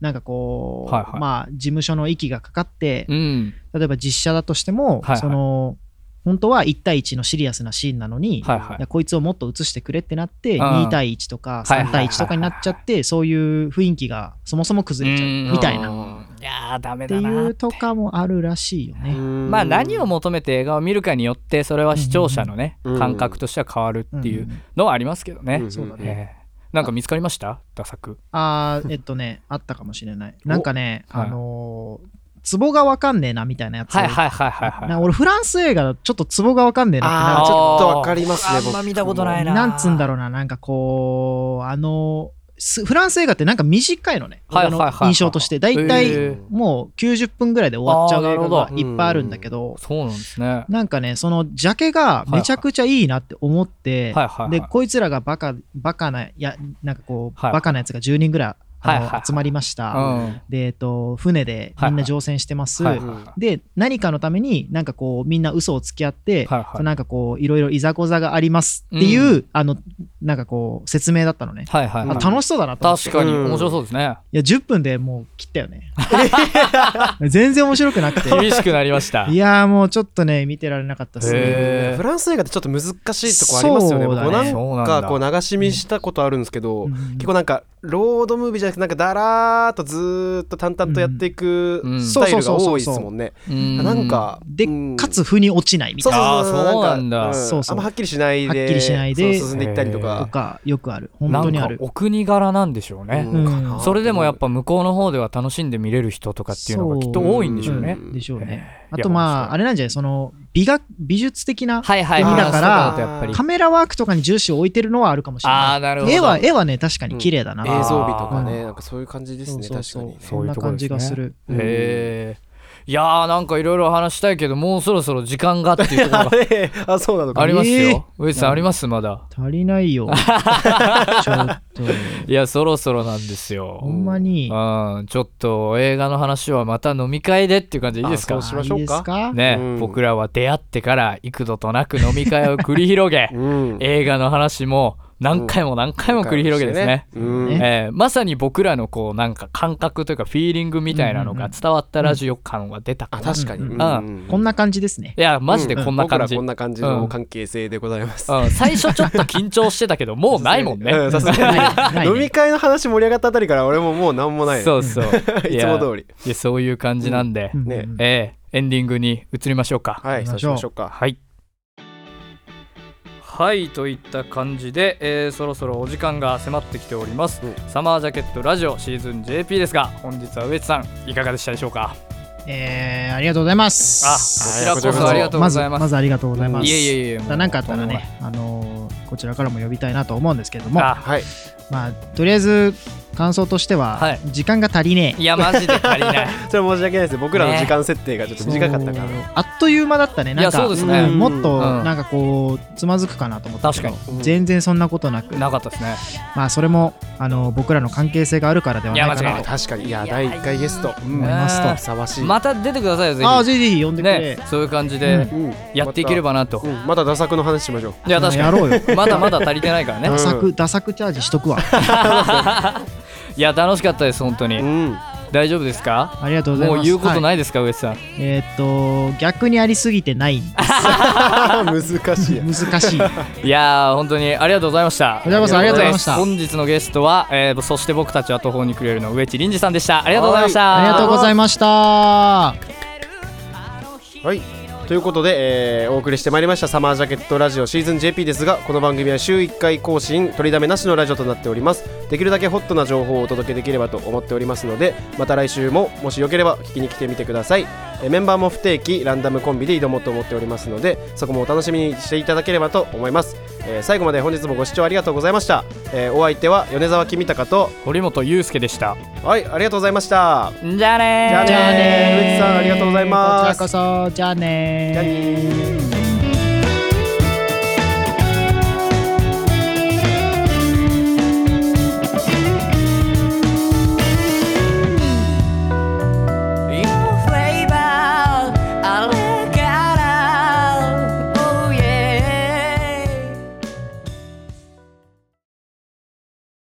S3: うなんかこう、
S1: はいはい
S3: まあ事務所の息がかかって
S1: うん
S3: 例えば実写だとしても、
S1: はいはい
S3: その本当は1対1のシリアスなシーンなのに、
S1: はいはい
S3: いやこいつをもっと映してくれってなって、
S1: うん
S3: 2対1と
S1: は
S3: か
S1: いはいはい
S3: 3対1とかになっちゃって、そういう雰囲気がそもそも崩れちゃうみたいな。っ
S1: な。いやーダメ
S3: て
S1: だなー
S3: い
S1: っ
S3: うとかもあるらしいよね。
S1: まあ何を求めて映画を見るかによってそれは視聴者のね
S2: うん
S1: 感覚としては変わるっていうのはありますけどね。
S2: ん
S3: そうだね
S1: ええなんか見つかりました打作。
S3: あーえっとね、あったかもしれない。なんかね、
S1: はい
S3: あのーツボがわかんねえなみたいなやつ。
S1: はいはいはいはいはい。
S3: な俺、フランス映画、ちょっとツボがわかんねえなってなっちゃう
S2: あーちょっとわかりますね
S1: あーあんま
S2: 僕
S1: 見たことないな。
S3: なんつうんだろ
S1: う。
S3: うな、なんかこう、あの、すフランス映画ってなんか短いのね、
S1: はいはいはいはい
S3: 俺の印象として。だいた
S1: へ
S3: い
S1: ー
S3: もう90分ぐらいで終わっちゃ
S1: あー
S3: う
S1: な
S3: 映
S1: るほ
S3: 画
S1: ど
S3: がいっぱいあるんだけど、
S1: そうなんですね。は
S3: なんかね、そのジャケがめちゃくちゃいいなって思って、
S1: はいはいはい
S3: で、こいつらがバカ、バカな、や、なんかこう、
S1: はい
S3: バカなやつが10人ぐらいあの、
S1: はいはいはい
S3: 集まりました。
S1: うん
S3: で、えっと、船でみんな乗船してます。
S1: いはい
S2: うん
S3: で何かのためになんかこうみんな嘘をつき合って、
S1: はいはい
S3: なんかこういろいろいざこざがありますっていう、
S1: う
S3: あのなんかこう説明だったのね、
S1: はいはい
S2: うん
S1: はい。
S3: あ楽しそうだなと思って
S1: 確かに
S2: うん
S1: 面白そうですね。
S3: いや10分でもう切ったよね (laughs) 全然面白くなくて
S1: 厳しくなりました。
S3: いやーもうちょっとね見てられなかったっすね
S1: へ
S2: フランス映画ってちょっと難しいとこありますよね。
S3: そう
S2: 僕
S3: だ
S2: もなん
S3: ね
S1: そうなんだ
S2: かこう流し見したことあるんですけど、
S3: うん
S2: 結構なんかロードムービーじゃなくてなんかだらーっとずーっと淡々とやっていく
S1: うん
S2: スタイルが多いですもんね。
S1: う
S2: なん。か
S3: で
S2: うん
S3: かつ腑に落ちないみた
S2: そ
S3: いうな
S2: そうそう
S1: あーそうなんだ
S2: か
S3: そう
S2: あ
S3: そう
S2: んまはっきりしないで
S3: はっきりしないで
S2: そう進んでいったりと
S1: へ
S3: と
S2: か。
S3: かよくある本
S1: な
S3: 当
S1: ん
S3: にあ
S1: か
S3: る
S1: お国柄なんでしょうね。
S3: うん
S2: かな
S1: それでもやっぱ向こうの方では楽しんで見れる人とかっていうのがきっと多いんでしょうね。
S2: ん
S3: でしょうね
S1: へー
S3: あ
S1: いや
S3: と
S1: 面
S3: ま
S1: 白い
S3: ああれなんじゃないその美学美術的な
S1: はいはい
S3: 国だから
S1: あーそうやっぱり
S3: カメラワークとかに重視を置いてるのはあるかもしれない
S1: あーなるほど
S3: 絵は絵はね確かに綺麗だな、
S2: 映像美とか
S3: う
S2: ね
S3: ん
S2: なんかそういう感じです
S3: そう
S2: ね
S3: そう
S2: 確か
S3: そう
S2: にね。
S1: そ
S3: そ
S1: うんいう
S3: な
S1: とこ
S3: 感
S1: ですね
S3: じがする
S2: うん
S1: へえ。いやーなんかいろいろ話したいけどもうそろそろ時間がっていうとこ
S2: (laughs)
S1: ろが
S2: れあそうなの
S1: あります
S3: え
S1: よ
S3: ー。
S1: ウエスさんありますまだ。
S3: 足りな
S1: (laughs)
S3: いよちょっと
S1: いやそろそろなんです
S3: ほ
S1: よ。
S3: んまに
S1: うんちょっと映画の話はまた飲み会でっていう感じでいいです
S2: あ
S1: か
S2: そうしましょうか
S3: いいですか
S1: ね、
S2: うん
S1: 僕らは出会ってから幾度となく飲み会を繰り広げ
S2: うん
S1: 映画の話も何回も何回も繰り広げですね。
S2: うん
S3: ね
S1: えーまさに僕らのこうなんか感覚というかフィーリングみたいなのが伝わったラジオ感は出たか
S2: あ
S1: な
S2: 確かに
S3: うん
S2: うん
S3: こんな感じです
S1: (laughs)
S3: ね
S1: いやマジでこんな感じ、
S2: 僕らこんな感じの関係性でございます。
S1: うん、最初ちょっと緊張してたけどもうないもんね、
S2: うさすがに
S3: ないない
S2: 飲み会の話盛り上がったあたりから俺ももう何もないね。
S1: そうそう
S2: (laughs) いつも通り。
S1: いやそういう感じなんで、
S3: うん
S2: ね
S3: うん
S1: えーエンディングに移りましょうか
S2: はい、
S3: 行
S2: そう
S3: きま
S2: し
S3: しょう
S2: ましょうか。
S1: はいはいといった感じで、えーそろそろお時間が迫ってきております、
S2: うん
S1: サマージャケットラジオシーズン JP ですが本日は上地さんいかがでしたでしょうか
S3: えー、ありがとうございます
S1: あ
S2: こちらこそあり
S1: がとうございます
S3: ずずありがとうございます
S1: いえいえいえもう
S3: 何かあったらね、あのーこちらからも呼びたいなと思うんですけれども
S1: あ
S2: はい。
S3: まあ、とりあえず感想として
S1: は
S3: はい時間が足りねえ、
S1: いやマジで足
S3: (laughs)
S1: りない
S2: それは申し訳ないですね僕らの時間設定がちょっと短かったから、
S3: そうあっという間だったねなんか
S1: いやそうですね
S3: んもっと
S1: うん
S3: なんかこうつまずくかなと思ったけど
S1: 確
S2: かに
S3: 全然そんなことなく
S1: なかったですね
S3: まあそれもあの僕らの関係性があるからではないか
S1: いや間違
S3: ないと
S1: な
S2: 確かにいや第1回ゲスト
S1: ん
S3: 思いますと
S1: ね
S2: ふさわしい、
S1: また出てくださいよぜ
S3: ああ
S1: ひ
S3: ぜひぜひ呼んでくれ、
S1: ねそういう感じ
S3: う
S1: で
S2: うん
S1: やっていければなと
S2: また,、うん、またダサ作の話しましょう
S1: いや確
S3: や
S1: か
S3: ろうよ
S1: (laughs) にまだまだ足りてないからね
S2: う
S3: ダ
S2: ん
S3: サくダサくチャージしとくわ
S1: (laughs) いや楽しかったです本当
S2: う
S1: に
S2: ん (laughs)
S1: 大丈夫ですか
S3: ありがとうございます
S1: もう言うこと
S3: はい
S1: ないですか上地さん
S3: えーっと逆にありすぎてない
S2: 難しいや
S3: 難しい
S1: いやー本当にありがとうございました
S3: 小田山さんありがとうございました
S1: 本日のゲストは、えー、そして僕たちは途方に暮れるの上地凛二さんでしたありがとうございました
S3: ありがとうございました
S2: はいということで、えーお送りしてまいりました「サマージャケットラジオシーズン JP」ですがこの番組は週1回更新取りだめなしのラジオとなっておりますできるだけホットな情報をお届けできればと思っておりますのでまた来週ももしよければ聞きに来てみてください、えーメンバーも不定期ランダムコンビで挑もうと思っておりますのでそこもお楽しみにしていただければと思います、えー最後まで本日もご視聴ありがとうございました、えーお相手は米沢君高と
S1: 堀本裕介でした
S2: はいありがとうございました
S1: じゃあねー
S2: じゃあねー
S3: じゃあ
S2: 植地
S3: ねー
S2: さんありがとうございます
S3: こちらこそじゃあねー
S2: じゃあねー